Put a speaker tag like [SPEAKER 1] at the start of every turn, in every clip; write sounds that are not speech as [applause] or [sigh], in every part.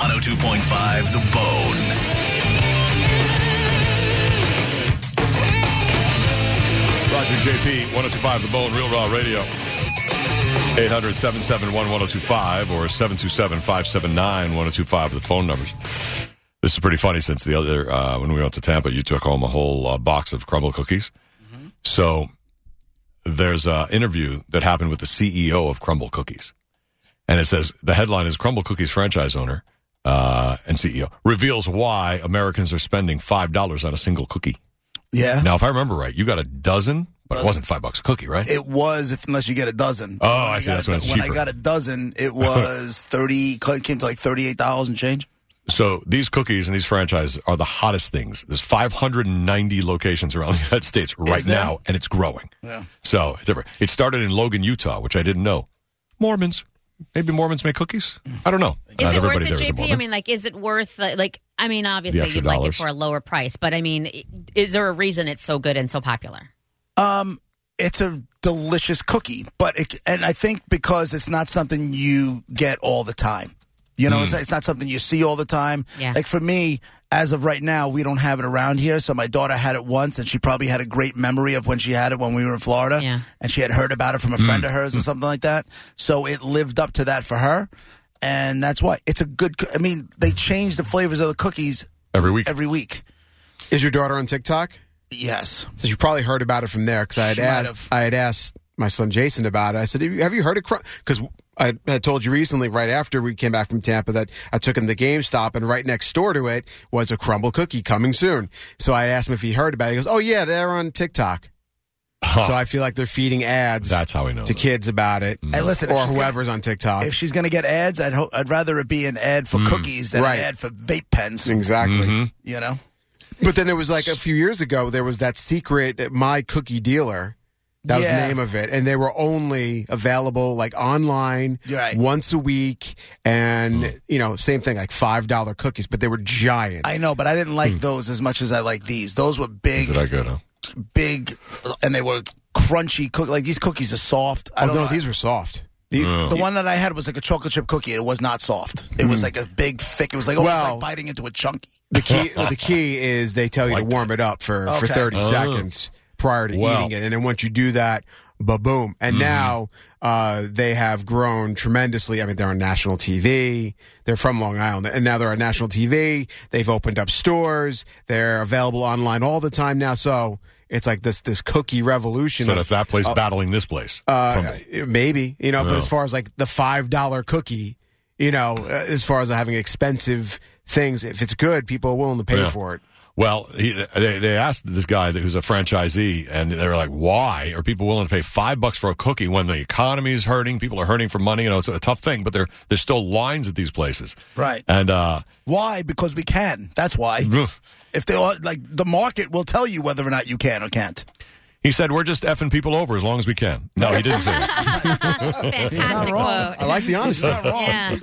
[SPEAKER 1] 102.5 The Bone.
[SPEAKER 2] Roger JP, 1025 The Bone, Real Raw Radio. 800 771 1025 or 727 579 1025 the phone numbers. This is pretty funny since the other, uh, when we went to Tampa, you took home a whole uh, box of crumble cookies. So there's an interview that happened with the CEO of Crumble Cookies. And it says the headline is Crumble Cookies franchise owner uh, and CEO reveals why Americans are spending $5 on a single cookie.
[SPEAKER 3] Yeah.
[SPEAKER 2] Now, if I remember right, you got a dozen, but it wasn't five bucks a cookie, right?
[SPEAKER 3] It was, if, unless you get a dozen.
[SPEAKER 2] Oh,
[SPEAKER 3] When
[SPEAKER 2] I see.
[SPEAKER 3] got
[SPEAKER 2] That's
[SPEAKER 3] a,
[SPEAKER 2] when it's
[SPEAKER 3] When I
[SPEAKER 2] cheaper.
[SPEAKER 3] got a dozen,
[SPEAKER 2] [laughs]
[SPEAKER 3] it was 30, it came to like $38 and change.
[SPEAKER 2] so these cookies and these franchises are the hottest things. There's 590 locations around [laughs] the United States right
[SPEAKER 3] there?
[SPEAKER 2] now, and it's growing.
[SPEAKER 3] Yeah.
[SPEAKER 2] So it's different. It started in Logan, Utah, which I didn't know. Mormons. Maybe Mormons make cookies? I don't know.
[SPEAKER 4] Is
[SPEAKER 2] Not
[SPEAKER 4] it worth
[SPEAKER 2] everybody
[SPEAKER 4] it,
[SPEAKER 2] there is a
[SPEAKER 4] JP? I
[SPEAKER 2] Mormon.
[SPEAKER 4] mean, like, is it worth the- like? I mean, obviously,
[SPEAKER 2] extra
[SPEAKER 4] you'd like
[SPEAKER 2] dollars.
[SPEAKER 4] it for a lower price, but I mean, i- is there a reason it's so good and so popular?
[SPEAKER 3] Um, it's a delicious cookie, but it, and I think because it's not something you get all the time. You know, it's, it's not something you see all the time.
[SPEAKER 4] Mm. Yeah.
[SPEAKER 3] Like for me, as of right now, we don't have it around here. So my daughter had it once, and she probably had a great memory of when she had it when we were in Florida,
[SPEAKER 4] Yeah. Mm.
[SPEAKER 3] and she had heard about it from a friend of hers or something like that. So it lived up to that for her, and that's why it's a good. coo- I mean, they change the flavors of the cookies
[SPEAKER 2] Every week.
[SPEAKER 3] every week.
[SPEAKER 5] Is your daughter on TikTok?
[SPEAKER 3] Yes.
[SPEAKER 5] So you probably heard about it from there because I had
[SPEAKER 3] She might
[SPEAKER 5] asked.
[SPEAKER 3] have.
[SPEAKER 5] I had asked my son Jason about it. I said, "Have you, have you heard of Because I had told you recently, right after we came back from Tampa, that I took him to GameStop, and right next door to it was a crumble cookie coming soon. So I asked him if he heard about it. He goes, "Oh yeah, they're on TikTok."
[SPEAKER 2] Huh.
[SPEAKER 5] So I feel like they're feeding ads.
[SPEAKER 2] That's how we know
[SPEAKER 5] to
[SPEAKER 2] that.
[SPEAKER 5] kids about it,
[SPEAKER 3] Mm. Hey, listen, if
[SPEAKER 5] or
[SPEAKER 3] she's gonna-
[SPEAKER 5] whoever's on TikTok.
[SPEAKER 3] if she's going to get ads, I'd ho- I'd rather it be an ad for cookies than
[SPEAKER 5] Mm. right. Mm.
[SPEAKER 3] an ad for vape pens.
[SPEAKER 5] exactly.
[SPEAKER 3] Mm-hmm.
[SPEAKER 2] Mm-hmm.
[SPEAKER 3] You know,
[SPEAKER 5] But then there was
[SPEAKER 3] [laughs]
[SPEAKER 5] like a few years ago, there was that secret My Cookie Dealer. That was
[SPEAKER 3] Yeah.
[SPEAKER 5] the name of it. And they were only available like online
[SPEAKER 3] You're right. Hmm.
[SPEAKER 5] once a week. And, you know, same thing, like $5 cookies, but they were giant.
[SPEAKER 3] I know, but I didn't
[SPEAKER 5] Mm.
[SPEAKER 3] like those as much as I like these. Those were
[SPEAKER 2] Is
[SPEAKER 3] big,
[SPEAKER 2] it that good, huh?
[SPEAKER 3] big, and they were crunchy. Cook like these cookies are soft. I
[SPEAKER 5] oh,
[SPEAKER 3] don't
[SPEAKER 5] no,
[SPEAKER 3] know.
[SPEAKER 5] these were soft. The-
[SPEAKER 3] the one that I had was like a chocolate chip cookie. It was not soft. It
[SPEAKER 5] Mm.
[SPEAKER 3] was like a big, thick. It was like almost
[SPEAKER 5] Well-
[SPEAKER 3] like biting into a chunky.
[SPEAKER 5] The key the key is they tell you to warm it up for, for
[SPEAKER 3] Okay.
[SPEAKER 5] 30
[SPEAKER 2] Oh.
[SPEAKER 5] seconds prior to
[SPEAKER 2] Wow.
[SPEAKER 5] eating it. And then once you do that, ba boom. And
[SPEAKER 2] Mm-hmm.
[SPEAKER 5] now uh, they have grown tremendously. I mean, they're on national TV. They're from Long Island. And now they're on national TV. They've opened up stores. They're available online all the time now. So it's like this this cookie revolution.
[SPEAKER 2] So
[SPEAKER 5] of-
[SPEAKER 2] that's that place battling this place.
[SPEAKER 5] uh,
[SPEAKER 2] Crumble.
[SPEAKER 5] maybe you know, but
[SPEAKER 2] Oh.
[SPEAKER 5] as far as like the five dollar cookie, you know, uh, as far as having expensive things, if it's good, people are willing to pay
[SPEAKER 2] Yeah.
[SPEAKER 5] for it.
[SPEAKER 2] Well, he, they, they asked this guy that- who's a franchisee, and they were like, "Why are people willing to pay five bucks for a cookie when the economy is hurting? People are hurting for money. You know, it's a tough thing, but there there's still lines at these places,
[SPEAKER 3] Right.
[SPEAKER 2] And uh, [laughs]
[SPEAKER 3] Why? Because we can. That's
[SPEAKER 5] Mm-hmm.
[SPEAKER 3] why. if they are like the market will tell you whether or not you can or can't.
[SPEAKER 2] he said, "We're just effing people over as long as we can." No, he didn't say that.
[SPEAKER 4] [laughs] Fantastic quote.
[SPEAKER 5] I like the honesty.
[SPEAKER 4] yeah.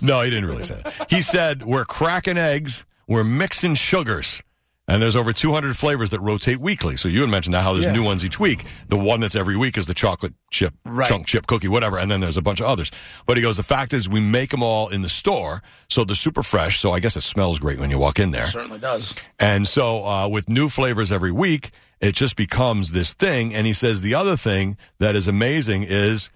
[SPEAKER 2] No, he didn't really say that. He said, "We're cracking eggs. We're mixing sugars." And there's over 200 flavors that rotate weekly. So you had mentioned that how there's
[SPEAKER 3] Yeah.
[SPEAKER 2] new ones each week. The one that's every week is the chocolate chip,
[SPEAKER 3] Right.
[SPEAKER 2] chunk chip cookie, whatever. And then there's a bunch of others. But he goes, the fact is, we make them all in the store, so they're super fresh. So I guess it smells great when you walk in there.
[SPEAKER 3] Certainly does.
[SPEAKER 2] And so uh, with new flavors every week, it just becomes this thing. And he says the other thing that is amazing is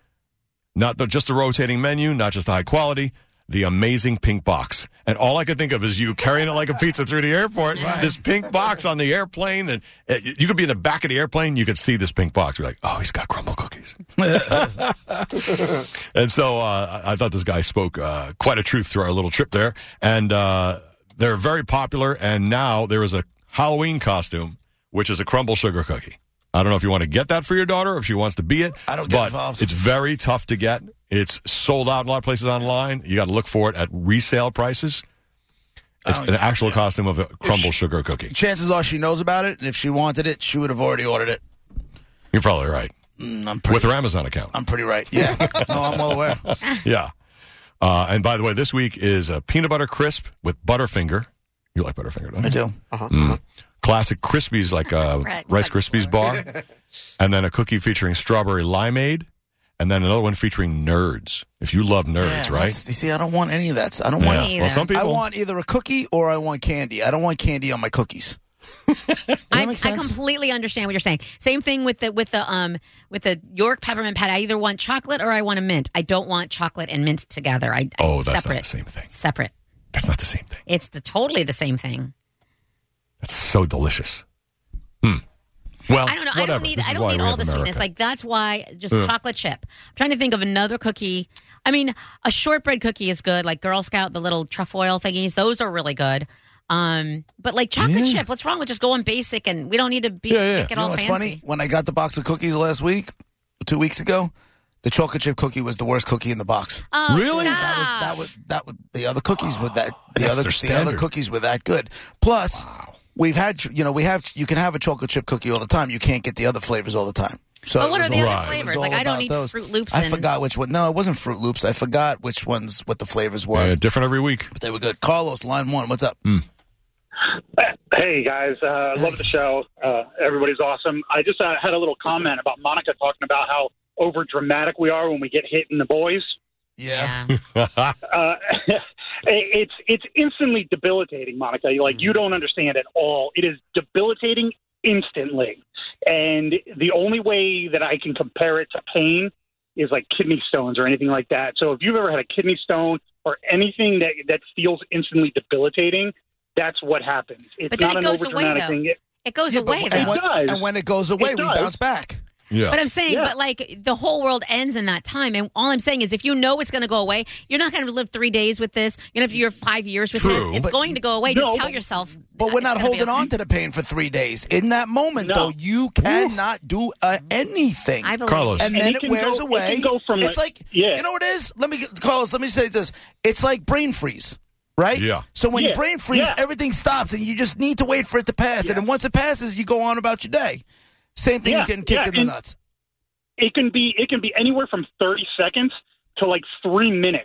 [SPEAKER 2] not the, just the rotating menu, not just the high quality, the amazing pink box. And all I could think of is you carrying it like a pizza through the airport, this pink box on the airplane. And uh, you could be in the back of the airplane, you could see this pink box. You're like, oh, he's got crumble cookies. And so uh, I I thought this guy spoke uh, quite a truth through our little trip there. And uh, they're very popular. And now there is a Halloween costume, which is a crumble sugar cookie. I don't know if you want to get that for your daughter or if she wants to be it.
[SPEAKER 3] I don't get
[SPEAKER 2] but
[SPEAKER 3] involved.
[SPEAKER 2] It's very tough to get. It's sold out in a lot of places online. You got to look for it at resale prices. It's
[SPEAKER 3] don't-
[SPEAKER 2] an actual costume of a crumble sugar cookie.
[SPEAKER 3] Chances are she knows about it, and if she wanted it, she would have already ordered it.
[SPEAKER 2] You're probably right.
[SPEAKER 3] Mm, I'm pretty,
[SPEAKER 2] With her Amazon account.
[SPEAKER 3] I'm pretty right.
[SPEAKER 2] [laughs]
[SPEAKER 3] Yeah. no, I'm well aware.
[SPEAKER 2] Yeah. Uh, and by the way, this week is a peanut butter crisp with Butterfinger. You like Butterfinger, don't
[SPEAKER 3] I
[SPEAKER 2] you?
[SPEAKER 3] do.
[SPEAKER 2] Classic Krispies, like uh,
[SPEAKER 4] [laughs] Right,
[SPEAKER 2] Rice
[SPEAKER 4] that's
[SPEAKER 2] Krispies bar.
[SPEAKER 4] [laughs]
[SPEAKER 2] and then a cookie featuring strawberry limeade. And then another one featuring nerds. If you love nerds,
[SPEAKER 3] Yeah,
[SPEAKER 2] right?
[SPEAKER 3] that's- You see, I don't want any of that. I don't want.
[SPEAKER 2] Yeah. Well, some people.
[SPEAKER 3] I want either a cookie or I want candy. I don't want candy on my cookies.
[SPEAKER 4] I, I completely understand what you're saying. Same thing with the with the um with the York peppermint patty. I either want chocolate or I want a mint. I don't want chocolate and mint together. I I-
[SPEAKER 2] oh, that's
[SPEAKER 4] separate.
[SPEAKER 2] not the same thing.
[SPEAKER 4] Separate.
[SPEAKER 2] That's not the same thing.
[SPEAKER 4] It's the, totally the same thing.
[SPEAKER 2] That's so delicious. Hmm. Well,
[SPEAKER 4] I don't know. I
[SPEAKER 2] Whatever.
[SPEAKER 4] don't need.
[SPEAKER 2] This is
[SPEAKER 4] I don't
[SPEAKER 2] why
[SPEAKER 4] need
[SPEAKER 2] we
[SPEAKER 4] all
[SPEAKER 2] have
[SPEAKER 4] the sweetness.
[SPEAKER 2] America.
[SPEAKER 4] Like that's why just chocolate chip. I'm trying to think of another cookie. I mean, a shortbread cookie is good. Like Girl Scout, the little trefoil thingies. Those are really good. Um, but like chocolate
[SPEAKER 2] Yeah.
[SPEAKER 4] chip. What's wrong with just going basic? And we don't need to be
[SPEAKER 2] Yeah, yeah.
[SPEAKER 4] make it
[SPEAKER 3] You know
[SPEAKER 4] all
[SPEAKER 3] what's
[SPEAKER 4] fancy.
[SPEAKER 3] funny? When I got the box of cookies last week, two weeks ago, the chocolate chip cookie was the worst cookie in the box.
[SPEAKER 4] Oh,
[SPEAKER 2] Really?
[SPEAKER 4] Stop.
[SPEAKER 3] That was that was that was the other cookies were that the
[SPEAKER 2] That's
[SPEAKER 3] other
[SPEAKER 2] their
[SPEAKER 3] the other
[SPEAKER 2] standard.
[SPEAKER 3] cookies were that good. Plus, we've had you know we have you can have a chocolate chip cookie all the time. You can't get the other flavors all the time. So
[SPEAKER 4] But
[SPEAKER 3] it
[SPEAKER 4] what
[SPEAKER 3] was
[SPEAKER 4] are the
[SPEAKER 3] all-
[SPEAKER 4] other
[SPEAKER 3] it was
[SPEAKER 4] flavors?
[SPEAKER 3] all
[SPEAKER 4] Like, I don't
[SPEAKER 3] about
[SPEAKER 4] eat
[SPEAKER 3] those.
[SPEAKER 4] Froot Loops
[SPEAKER 3] I
[SPEAKER 4] and-
[SPEAKER 3] forgot which one. No, it wasn't Fruit Loops. I forgot which ones what the flavors were.
[SPEAKER 2] Yeah, Uh, different every week.
[SPEAKER 3] But they were good. Carlos, line one. What's up?
[SPEAKER 6] Hey guys, uh, love the show. Uh, everybody's awesome. I just uh, had a little comment about Monica talking about how over dramatic we are when we get hit in the boys.
[SPEAKER 4] Yeah.
[SPEAKER 6] Uh, [laughs] it's it's instantly debilitating, Monica. Like
[SPEAKER 4] Mm-hmm.
[SPEAKER 6] you don't understand at all. It is debilitating instantly, and the only way that I can compare it to pain is like kidney stones or anything like that. So if you've ever had a kidney stone or anything that that feels instantly debilitating, that's what happens. It's
[SPEAKER 4] But then
[SPEAKER 6] not
[SPEAKER 4] it
[SPEAKER 6] an
[SPEAKER 4] goes away,
[SPEAKER 6] overdramatic
[SPEAKER 4] though.
[SPEAKER 6] thing.
[SPEAKER 4] It goes
[SPEAKER 3] Yeah, but
[SPEAKER 4] away.
[SPEAKER 3] when-
[SPEAKER 4] though.
[SPEAKER 3] and, when,
[SPEAKER 6] It does.
[SPEAKER 3] and when it goes away,
[SPEAKER 6] It
[SPEAKER 3] we
[SPEAKER 6] does.
[SPEAKER 3] bounce back.
[SPEAKER 2] Yeah.
[SPEAKER 4] But I'm saying,
[SPEAKER 6] Yeah.
[SPEAKER 4] but like the whole world ends in that time, and all I'm saying is, if you know it's going to go away, you're not going to live three days with this. You're going to live five years with
[SPEAKER 2] True.
[SPEAKER 4] this. It's
[SPEAKER 3] But-
[SPEAKER 4] going to go away.
[SPEAKER 6] No,
[SPEAKER 4] Just tell
[SPEAKER 6] but-
[SPEAKER 4] yourself.
[SPEAKER 3] But we're
[SPEAKER 4] it's
[SPEAKER 3] not
[SPEAKER 4] gonna be
[SPEAKER 3] holding on
[SPEAKER 4] okay.
[SPEAKER 3] to the pain for three days. In that moment,
[SPEAKER 6] No.
[SPEAKER 3] though, you cannot do uh, anything.
[SPEAKER 4] I believe.
[SPEAKER 2] Carlos.
[SPEAKER 3] and
[SPEAKER 6] And
[SPEAKER 3] then
[SPEAKER 6] it
[SPEAKER 3] it,
[SPEAKER 6] can
[SPEAKER 3] wears
[SPEAKER 6] go- it
[SPEAKER 3] away.
[SPEAKER 6] can go from
[SPEAKER 3] it's
[SPEAKER 6] like-
[SPEAKER 3] like,
[SPEAKER 6] yeah.
[SPEAKER 3] you know what it is. Let me get- Carlos. Let me say this. It's like brain freeze, right?
[SPEAKER 2] Yeah.
[SPEAKER 3] So when you
[SPEAKER 6] Yeah.
[SPEAKER 3] brain freeze,
[SPEAKER 6] Yeah.
[SPEAKER 3] everything stops, and you just need to wait for it to pass. And then once it passes, you go on about your day. Same thing
[SPEAKER 6] Yeah,
[SPEAKER 3] as getting kicked
[SPEAKER 6] yeah,
[SPEAKER 3] in the
[SPEAKER 6] and-
[SPEAKER 3] nuts.
[SPEAKER 6] it can be it can be anywhere from 30 seconds to like three minutes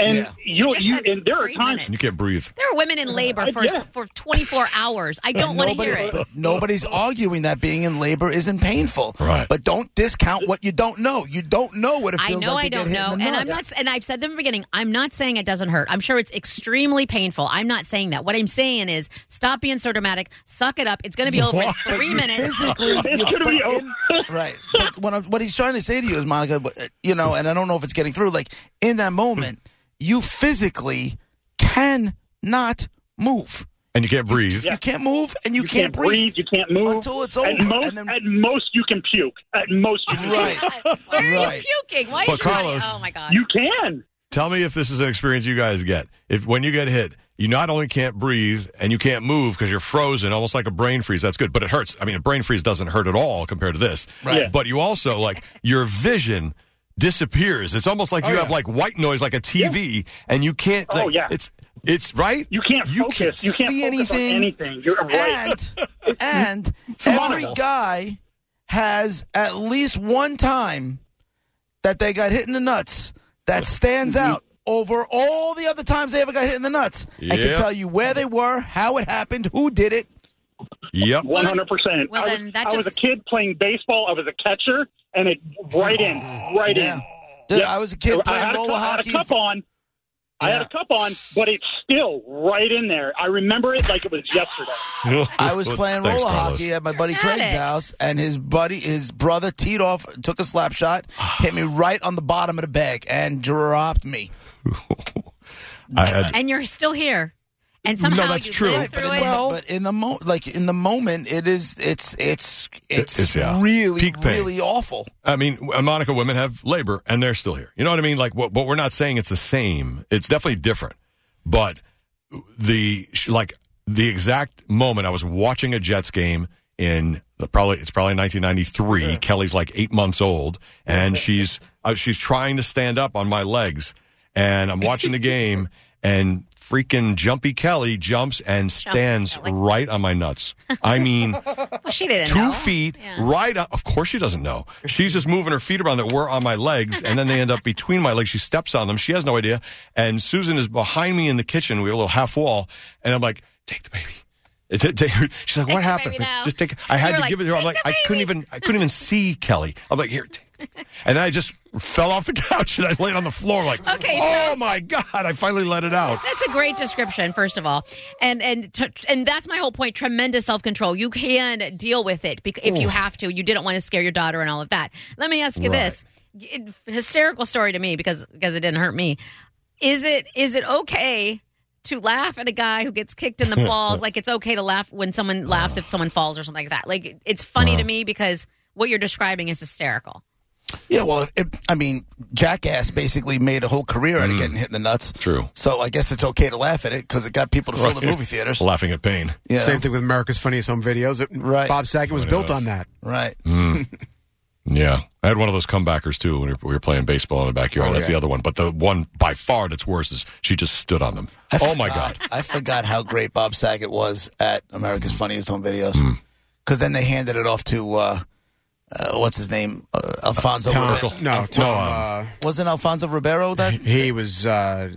[SPEAKER 6] and
[SPEAKER 3] Yeah.
[SPEAKER 6] you,
[SPEAKER 4] Just
[SPEAKER 6] you
[SPEAKER 4] said
[SPEAKER 6] and there are
[SPEAKER 4] three
[SPEAKER 6] times
[SPEAKER 4] minutes.
[SPEAKER 2] you can't breathe.
[SPEAKER 4] There are women in
[SPEAKER 3] Uh,
[SPEAKER 4] labor
[SPEAKER 6] I-
[SPEAKER 4] for
[SPEAKER 6] yeah.
[SPEAKER 4] for
[SPEAKER 3] [laughs]
[SPEAKER 4] 24 hours. I don't want to hear it.
[SPEAKER 3] but [laughs] nobody's arguing that being in labor isn't painful.
[SPEAKER 2] Right.
[SPEAKER 3] But don't discount what you don't know. You don't know what it
[SPEAKER 4] I
[SPEAKER 3] feels
[SPEAKER 4] know
[SPEAKER 3] like
[SPEAKER 4] I
[SPEAKER 3] to
[SPEAKER 4] don't
[SPEAKER 3] get hit
[SPEAKER 4] know,
[SPEAKER 3] in
[SPEAKER 4] and
[SPEAKER 3] the
[SPEAKER 4] I'm
[SPEAKER 3] nuts.
[SPEAKER 4] not. And I've said in the beginning, I'm not saying it doesn't hurt. I'm sure it's extremely painful. I'm not saying that. What I'm saying is, stop being so dramatic. Suck it up. It's going to be over in
[SPEAKER 3] But
[SPEAKER 4] three
[SPEAKER 3] you
[SPEAKER 4] minutes.
[SPEAKER 3] Physically,
[SPEAKER 4] [laughs]
[SPEAKER 6] [laughs]
[SPEAKER 3] you-
[SPEAKER 6] gonna be
[SPEAKER 3] but in- right. But what, I'm, what he's trying to say to you is, Monica, but, uh, you know, and I don't know if it's getting through. Like in that moment, you physically can not move.
[SPEAKER 2] And you can't breathe.
[SPEAKER 3] You can't move, and you,
[SPEAKER 6] you can't, breathe. you can't move
[SPEAKER 3] Until it's
[SPEAKER 6] at
[SPEAKER 3] over,
[SPEAKER 6] most,
[SPEAKER 3] and then-
[SPEAKER 6] at most you can puke at most you can
[SPEAKER 3] Right.
[SPEAKER 4] Why are
[SPEAKER 3] Right.
[SPEAKER 4] you puking? Why
[SPEAKER 2] But
[SPEAKER 4] is your body-
[SPEAKER 2] Carlos-
[SPEAKER 4] Oh my god.
[SPEAKER 6] puke. you can
[SPEAKER 2] Tell me if this is an experience you guys get. If when you get hit, you not only can't breathe and you can't move because you're frozen, almost like a brain freeze. That's good, but it hurts. I mean, a brain freeze doesn't hurt at all compared to this.
[SPEAKER 6] Right. Yeah.
[SPEAKER 2] But you also like your vision disappears. It's almost like you have like white noise, like a TV, and you can't.
[SPEAKER 6] Oh,
[SPEAKER 2] like,
[SPEAKER 6] yeah.
[SPEAKER 2] It's it's right.
[SPEAKER 6] you can't
[SPEAKER 2] You
[SPEAKER 6] focus
[SPEAKER 2] can't
[SPEAKER 6] you can't
[SPEAKER 2] see
[SPEAKER 6] focus
[SPEAKER 2] anything.
[SPEAKER 6] on anything you're right
[SPEAKER 3] and
[SPEAKER 6] [laughs]
[SPEAKER 3] and every
[SPEAKER 6] horrible.
[SPEAKER 3] guy has at least one time that they got hit in the nuts that stands
[SPEAKER 6] Mm-hmm.
[SPEAKER 3] out over all the other times they ever got hit in the nuts. I can
[SPEAKER 2] Yep.
[SPEAKER 3] tell you where they were, how it happened, who did it.
[SPEAKER 2] Yep.
[SPEAKER 6] 100%
[SPEAKER 4] Well,
[SPEAKER 6] I, was,
[SPEAKER 4] then that
[SPEAKER 6] I was a
[SPEAKER 4] just-
[SPEAKER 6] kid playing baseball i was a catcher and it right in right
[SPEAKER 3] Yeah.
[SPEAKER 6] in
[SPEAKER 3] Dude,
[SPEAKER 6] Yeah.
[SPEAKER 3] I was a kid
[SPEAKER 6] I
[SPEAKER 3] playing
[SPEAKER 6] had a
[SPEAKER 3] roller
[SPEAKER 6] cup- I
[SPEAKER 3] hockey.
[SPEAKER 6] had a cup on I had
[SPEAKER 3] Yeah.
[SPEAKER 6] a cup on, but it's still right in there. I remember it like it was yesterday.
[SPEAKER 3] I
[SPEAKER 2] [laughs]
[SPEAKER 3] was playing
[SPEAKER 2] Thanks,
[SPEAKER 3] roller
[SPEAKER 2] Carlos.
[SPEAKER 3] hockey at my buddy
[SPEAKER 4] You're
[SPEAKER 3] Craig's
[SPEAKER 4] at it.
[SPEAKER 3] house, and his buddy, his brother, teed off, took a slap shot, hit me right on the bottom of the bag, and dropped me.
[SPEAKER 2] I had
[SPEAKER 4] and you're still here. And somehow
[SPEAKER 2] that's
[SPEAKER 4] you
[SPEAKER 2] true.
[SPEAKER 4] live
[SPEAKER 3] But
[SPEAKER 4] through
[SPEAKER 3] in,
[SPEAKER 4] it.
[SPEAKER 3] the, but in the mo- like in the moment, it is it's it's it's,
[SPEAKER 2] It's, yeah.
[SPEAKER 3] really
[SPEAKER 2] Peak pain.
[SPEAKER 3] really awful.
[SPEAKER 2] I mean, uh, Monica, women have labor and they're still here. You know what I mean? Like, what, what we're not saying it's the same. It's definitely different. But the sh- like the exact moment I was watching a Jets game in the probably it's probably 1993. Kelly's like eight months old, and she's uh, she's trying to stand up on my legs, and I'm watching the game, and freaking Jumpy Kelly jumps and stands
[SPEAKER 4] Kelly.
[SPEAKER 2] right on my nuts. I mean,
[SPEAKER 4] Well, she didn't.
[SPEAKER 2] two
[SPEAKER 4] know.
[SPEAKER 2] feet
[SPEAKER 4] Yeah.
[SPEAKER 2] right on. Of course, she doesn't know. She's just moving her feet around that were on my legs, and then they
[SPEAKER 4] [laughs]
[SPEAKER 2] end up between my legs. She steps on them. She has no idea. And Susan is behind me in the kitchen. We have a little half wall, and I'm like, "Take the baby." T- take her- She's like, "What
[SPEAKER 4] the baby
[SPEAKER 2] happened?"
[SPEAKER 4] now.
[SPEAKER 2] Just take. I
[SPEAKER 4] You
[SPEAKER 2] had
[SPEAKER 4] were
[SPEAKER 2] to
[SPEAKER 4] like,
[SPEAKER 2] give it to her. I'm
[SPEAKER 4] "Take
[SPEAKER 2] like,
[SPEAKER 4] the
[SPEAKER 2] I couldn't
[SPEAKER 4] baby."
[SPEAKER 2] even. I couldn't even see Kelly. I'm like, "Here, take." the baby." And then I just fell off the [laughs] couch and I laid on the floor like,
[SPEAKER 4] Okay,
[SPEAKER 2] "Oh
[SPEAKER 4] so-
[SPEAKER 2] my god!" I finally let it out.
[SPEAKER 4] That's a great description, first of all, and and t- and that's my whole point. Tremendous self control. You can deal with it bec- if you have to. You didn't want to scare your daughter and all of that. Let me ask you
[SPEAKER 2] Right.
[SPEAKER 4] this: It- hysterical story to me because because it didn't hurt me. Is it is it okay to laugh at a guy who gets
[SPEAKER 2] [laughs]
[SPEAKER 4] kicked in the balls? like it's okay to laugh when someone laughs if someone falls or something like that. Like it- it's funny
[SPEAKER 2] Uh.
[SPEAKER 4] to me because what you're describing is hysterical.
[SPEAKER 3] Yeah, well, it, I mean, Jackass basically made a whole career
[SPEAKER 2] Mm.
[SPEAKER 3] out of getting hit in the nuts.
[SPEAKER 2] True.
[SPEAKER 3] So I guess it's okay to laugh at it because it got people to fill the movie
[SPEAKER 2] [laughs]
[SPEAKER 3] theaters.
[SPEAKER 2] Laughing at pain.
[SPEAKER 3] Yeah.
[SPEAKER 5] Same thing with America's Funniest Home Videos. It-
[SPEAKER 3] Right.
[SPEAKER 5] Bob Saget was
[SPEAKER 2] Oh,
[SPEAKER 5] built
[SPEAKER 2] yes.
[SPEAKER 5] on that.
[SPEAKER 3] Right.
[SPEAKER 2] Mm. Yeah, I had one of those comebackers too when we were- we were playing baseball in the backyard.
[SPEAKER 3] Oh,
[SPEAKER 2] that's the other one, but the one by far that's worse is she just stood on them.
[SPEAKER 3] I
[SPEAKER 2] oh my
[SPEAKER 3] forgot-
[SPEAKER 2] god!
[SPEAKER 3] [laughs] I forgot how great Bob Saget was at America's Funniest Home Videos.
[SPEAKER 2] Mm.
[SPEAKER 3] Because then they handed it off to, uh, uh, what's his name? Uh, Alfonso Ribeiro.
[SPEAKER 5] No, Tom.
[SPEAKER 3] Wasn't Alfonso Ribeiro that?
[SPEAKER 5] Uh, he was uh,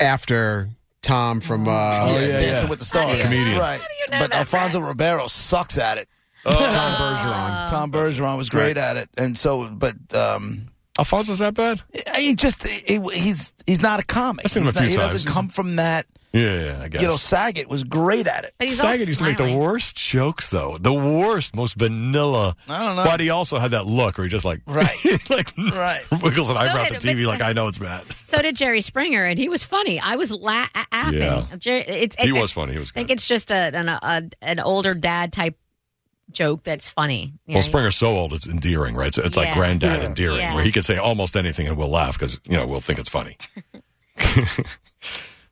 [SPEAKER 5] after Tom from. Uh,
[SPEAKER 3] Dancing with the Stars.
[SPEAKER 4] do you-
[SPEAKER 2] Oh, Comedian.
[SPEAKER 3] Right.
[SPEAKER 4] know
[SPEAKER 3] but
[SPEAKER 4] that,
[SPEAKER 3] Alfonso Ribeiro sucks at it.
[SPEAKER 5] Tom
[SPEAKER 4] Oh,
[SPEAKER 5] Bergeron.
[SPEAKER 3] Oh. Tom Bergeron was great at it. And so, but. Um,
[SPEAKER 2] Alfonso's that bad?
[SPEAKER 3] he just he, he's he's not a comic.
[SPEAKER 2] I've seen him
[SPEAKER 3] He's
[SPEAKER 2] a few
[SPEAKER 3] not- he doesn't
[SPEAKER 2] times.
[SPEAKER 3] come from that.
[SPEAKER 2] Yeah, yeah I guess.
[SPEAKER 3] You know, Saget was great at it.
[SPEAKER 4] But he's all
[SPEAKER 2] Saget used to make the
[SPEAKER 4] smiling.
[SPEAKER 2] worst jokes though, the worst, most vanilla.
[SPEAKER 3] I don't know.
[SPEAKER 2] But he also had that look where he just like
[SPEAKER 3] Right.
[SPEAKER 2] [laughs] like
[SPEAKER 3] Right.
[SPEAKER 2] wiggles an eyebrow
[SPEAKER 4] did-
[SPEAKER 2] at the TV like I know it's bad.
[SPEAKER 4] So did Jerry Springer, and he was funny. I was la- a- laughing.
[SPEAKER 2] Yeah.
[SPEAKER 4] Jerry, it's,
[SPEAKER 2] He
[SPEAKER 4] I-
[SPEAKER 2] was funny. He was
[SPEAKER 4] I think
[SPEAKER 2] good.
[SPEAKER 4] it's just a, an, a, an older dad type joke that's funny. You
[SPEAKER 2] Well,
[SPEAKER 4] know,
[SPEAKER 2] Springer's so old, it's endearing, right? It's, it's like
[SPEAKER 4] Yeah.
[SPEAKER 2] granddad endearing,
[SPEAKER 4] Yeah.
[SPEAKER 2] where he could say almost anything and we'll laugh because you know we'll think it's
[SPEAKER 4] [laughs]
[SPEAKER 2] funny.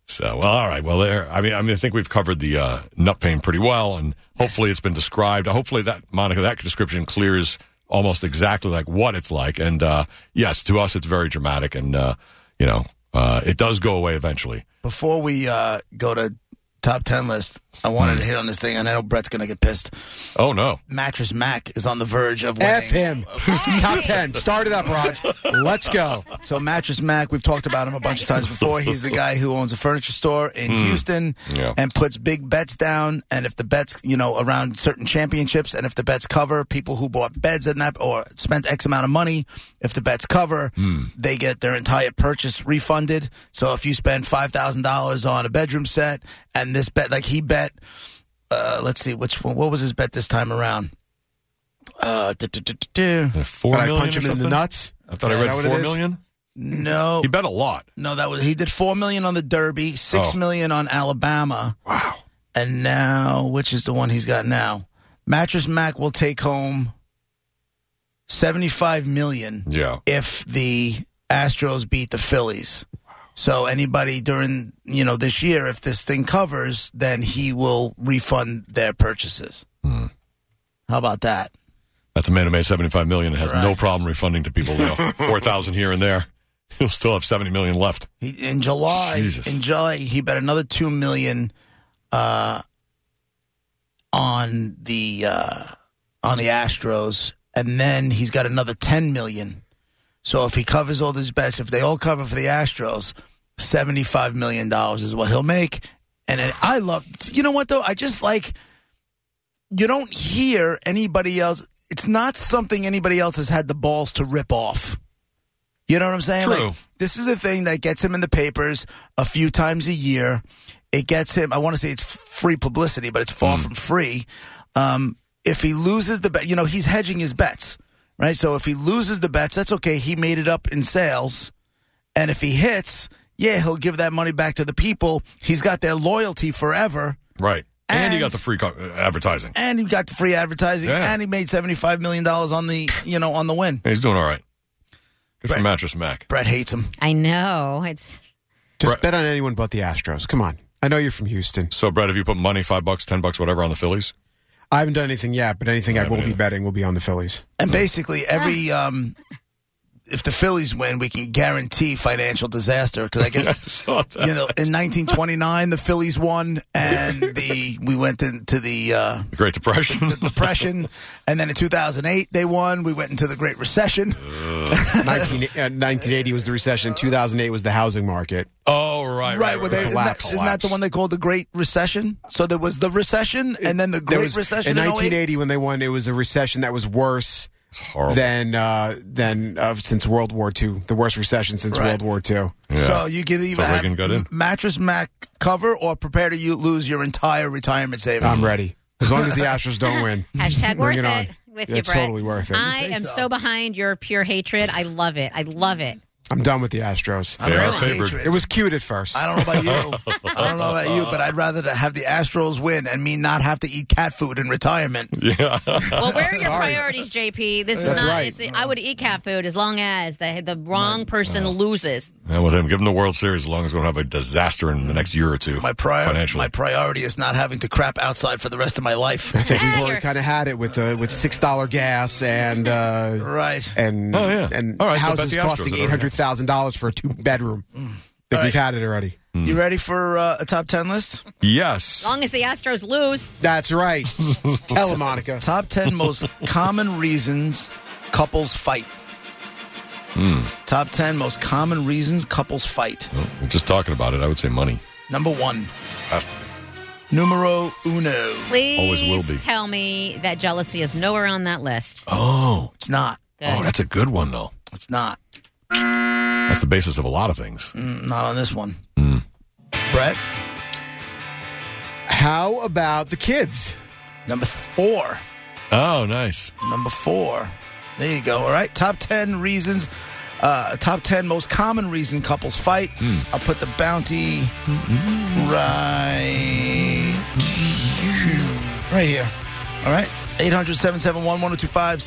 [SPEAKER 2] so, well, all right. Well, there. I mean, I mean, I think we've covered the uh, nut pain pretty well, and hopefully it's been described. Hopefully that Monica, that description clears almost exactly like what it's like. And uh, yes, to us, it's very dramatic, and uh, you know, uh, it does go away eventually.
[SPEAKER 3] Before we uh, go to top ten list, I wanted
[SPEAKER 2] Hmm.
[SPEAKER 3] to hit on this thing, and I know Brett's gonna get pissed.
[SPEAKER 2] Oh no,
[SPEAKER 3] Mattress Mac is on the verge of
[SPEAKER 5] F
[SPEAKER 3] winning.
[SPEAKER 2] [laughs]
[SPEAKER 5] him. Top 10. Start it up, Raj. Let's go.
[SPEAKER 3] So Mattress Mac, we've talked about him a bunch of times before. He's the guy who owns a furniture store in Houston
[SPEAKER 2] Yeah.
[SPEAKER 3] and puts big bets down. And if the bets, you know, around certain championships, and if the bets cover, people who bought beds at that or spent X amount of money, if the bets cover, they get their entire purchase refunded. So if you spend five thousand dollars on a bedroom set, and this bet, like he bet, uh, let's see, which one? What was his bet this time around? Uh, duh, duh, duh, duh, duh.
[SPEAKER 2] Is it four
[SPEAKER 5] Did I
[SPEAKER 2] million
[SPEAKER 5] punch
[SPEAKER 2] or
[SPEAKER 5] him in the
[SPEAKER 2] something?
[SPEAKER 5] nuts?
[SPEAKER 2] I thought I
[SPEAKER 5] Is that
[SPEAKER 2] read
[SPEAKER 5] what it
[SPEAKER 2] four
[SPEAKER 5] is?
[SPEAKER 2] million.
[SPEAKER 3] no,
[SPEAKER 2] He bet a lot.
[SPEAKER 3] No, that was he did four million on the Derby, six
[SPEAKER 2] Oh.
[SPEAKER 3] million on Alabama,
[SPEAKER 2] Wow.
[SPEAKER 3] and now which is the one he's got now? Mattress Mac will take home seventy-five million
[SPEAKER 2] Yeah.
[SPEAKER 3] if the Astros beat the Phillies. So anybody during you know this year, if this thing covers, then he will refund their purchases.
[SPEAKER 2] Hmm.
[SPEAKER 3] How about that?
[SPEAKER 2] That's a man who made seventy-five million and has no
[SPEAKER 3] Right.
[SPEAKER 2] problem refunding to people. You [laughs] know, four thousand here and there. He'll still have seventy million left.
[SPEAKER 3] He, in July,
[SPEAKER 2] Jesus.
[SPEAKER 3] in July, he bet another two million uh, on the uh, on the Astros, and then he's got another ten million. So if he covers all these bets, if they all cover for the Astros, seventy five million dollars is what he'll make. And it, I love, you know what though, I just like you don't hear anybody else. It's not something anybody else has had the balls to rip off. You know what I'm saying?
[SPEAKER 2] True.
[SPEAKER 3] Like, this is a thing that gets him in the papers a few times a year. It gets him. I want to say it's f- free publicity, but it's far from free. Um, if he loses the bet, you know he's hedging his bets, right? So if he loses the bets, that's okay. He made it up in sales, and if he hits, yeah, he'll give that money back to the people. He's got their loyalty forever.
[SPEAKER 2] Right. And, you
[SPEAKER 3] And-
[SPEAKER 2] got the free co- uh, advertising.
[SPEAKER 3] and he got the free advertising,
[SPEAKER 2] Yeah.
[SPEAKER 3] and he made seventy five million dollars on the you know on the win.
[SPEAKER 2] He's doing all right. Good for
[SPEAKER 3] Right.
[SPEAKER 2] mattress Mac.
[SPEAKER 3] Brett hates him.
[SPEAKER 4] I know it's
[SPEAKER 5] Just
[SPEAKER 2] Right.
[SPEAKER 5] bet on anyone but the Astros. Come on. I know you're from Houston.
[SPEAKER 2] So, Brett, have you put money, five bucks, ten bucks, whatever, on the Phillies?
[SPEAKER 5] I haven't done anything yet, but anything I,
[SPEAKER 2] haven't
[SPEAKER 5] will be
[SPEAKER 2] either.
[SPEAKER 5] Mm. betting will be on the Phillies.
[SPEAKER 3] And basically every um, if the Phillies win, we can guarantee financial disaster because I
[SPEAKER 5] [laughs]
[SPEAKER 3] guess
[SPEAKER 2] saw that.
[SPEAKER 3] you know in 1929 the Phillies won and
[SPEAKER 5] [laughs]
[SPEAKER 3] the we went into the uh,
[SPEAKER 2] The Great Depression. [laughs]
[SPEAKER 3] depression and then in 2008 they won. We went into the Great Recession.
[SPEAKER 5] 19, uh, 1980 was the recession. 2008 was the housing market.
[SPEAKER 2] oh, right.
[SPEAKER 3] Right, well, they, isn't, that,
[SPEAKER 5] Collapse.
[SPEAKER 3] isn't that the one they called the Great Recession? So there was the recession, and then the
[SPEAKER 5] There
[SPEAKER 3] Great
[SPEAKER 5] was-
[SPEAKER 3] Recession
[SPEAKER 5] in
[SPEAKER 2] oh
[SPEAKER 3] in 08?
[SPEAKER 5] 1980 when they won. It was a recession that was worse
[SPEAKER 2] horrible.
[SPEAKER 5] than uh, than uh, since World War II. The worst recession since
[SPEAKER 3] Right.
[SPEAKER 5] World War II.
[SPEAKER 3] So you can either have
[SPEAKER 2] Reagan got in.
[SPEAKER 3] mattress Mac cover or prepare to you lose your entire retirement savings.
[SPEAKER 2] Mm-hmm.
[SPEAKER 5] I'm ready. As long as the
[SPEAKER 2] [laughs]
[SPEAKER 5] Astros don't win.
[SPEAKER 4] Hashtag worth
[SPEAKER 5] Bring
[SPEAKER 4] it,
[SPEAKER 5] it on.
[SPEAKER 4] with
[SPEAKER 5] Yeah,
[SPEAKER 4] you,
[SPEAKER 5] it's
[SPEAKER 4] Brett.
[SPEAKER 5] totally worth it.
[SPEAKER 4] I
[SPEAKER 3] You say
[SPEAKER 4] am
[SPEAKER 3] so.
[SPEAKER 4] so behind your pure hatred. I love it. I love it.
[SPEAKER 5] I'm done with the Astros.
[SPEAKER 2] They are
[SPEAKER 3] Really?
[SPEAKER 2] favored.
[SPEAKER 5] It was cute at first.
[SPEAKER 3] I don't know
[SPEAKER 2] [laughs]
[SPEAKER 3] about you. I don't know about you, but I'd rather to have the Astros win and me not have to eat cat food in retirement.
[SPEAKER 4] Well, where are your priorities, JP? This
[SPEAKER 5] That's
[SPEAKER 4] is not.
[SPEAKER 5] right.
[SPEAKER 4] It's, I would eat cat food as long as the the wrong person loses.
[SPEAKER 2] And with him, give him the World Series as long as we don't have a disaster in the next year or two.
[SPEAKER 3] My prior,
[SPEAKER 2] Financially.
[SPEAKER 3] my priority is not having to crap outside for the rest of my life.
[SPEAKER 5] I think we've
[SPEAKER 4] Yeah,
[SPEAKER 5] already
[SPEAKER 4] you're-
[SPEAKER 5] kind of had it with uh, with six dollar gas and uh,
[SPEAKER 3] Right.
[SPEAKER 5] and
[SPEAKER 2] Oh, yeah.
[SPEAKER 5] and
[SPEAKER 2] All right, so bet
[SPEAKER 5] houses
[SPEAKER 2] the Astros are Mm.
[SPEAKER 5] costing eight
[SPEAKER 2] already-
[SPEAKER 5] hundred thousand dollars for a two bedroom. I think we've had it already.
[SPEAKER 3] You ready for uh, a top 10 list?
[SPEAKER 2] yes.
[SPEAKER 4] As long as the Astros lose,
[SPEAKER 2] [laughs]
[SPEAKER 5] That's right. Tell 'em, Monica.
[SPEAKER 3] Top 10 most common reasons couples fight.
[SPEAKER 2] Hmm.
[SPEAKER 3] Top 10 most common reasons couples fight.
[SPEAKER 2] Oh, We're just talking about it. I would say money.
[SPEAKER 3] Number one,
[SPEAKER 2] Has to be.
[SPEAKER 3] numero uno.
[SPEAKER 4] please
[SPEAKER 2] Always will be.
[SPEAKER 4] tell me that jealousy is nowhere on that list.
[SPEAKER 2] Oh.
[SPEAKER 3] It's not.
[SPEAKER 2] Oh, that's a good one, though.
[SPEAKER 3] It's not.
[SPEAKER 2] That's the basis of a lot of things.
[SPEAKER 3] Not on this one. Brett,
[SPEAKER 5] How about the kids?
[SPEAKER 3] number four.
[SPEAKER 2] Oh, nice.
[SPEAKER 3] Number four. There you go. All right. Top 10 reasons. Uh, top 10 most common reason couples fight. I'll put the bounty oh, right, right here. All right. 800 771 1025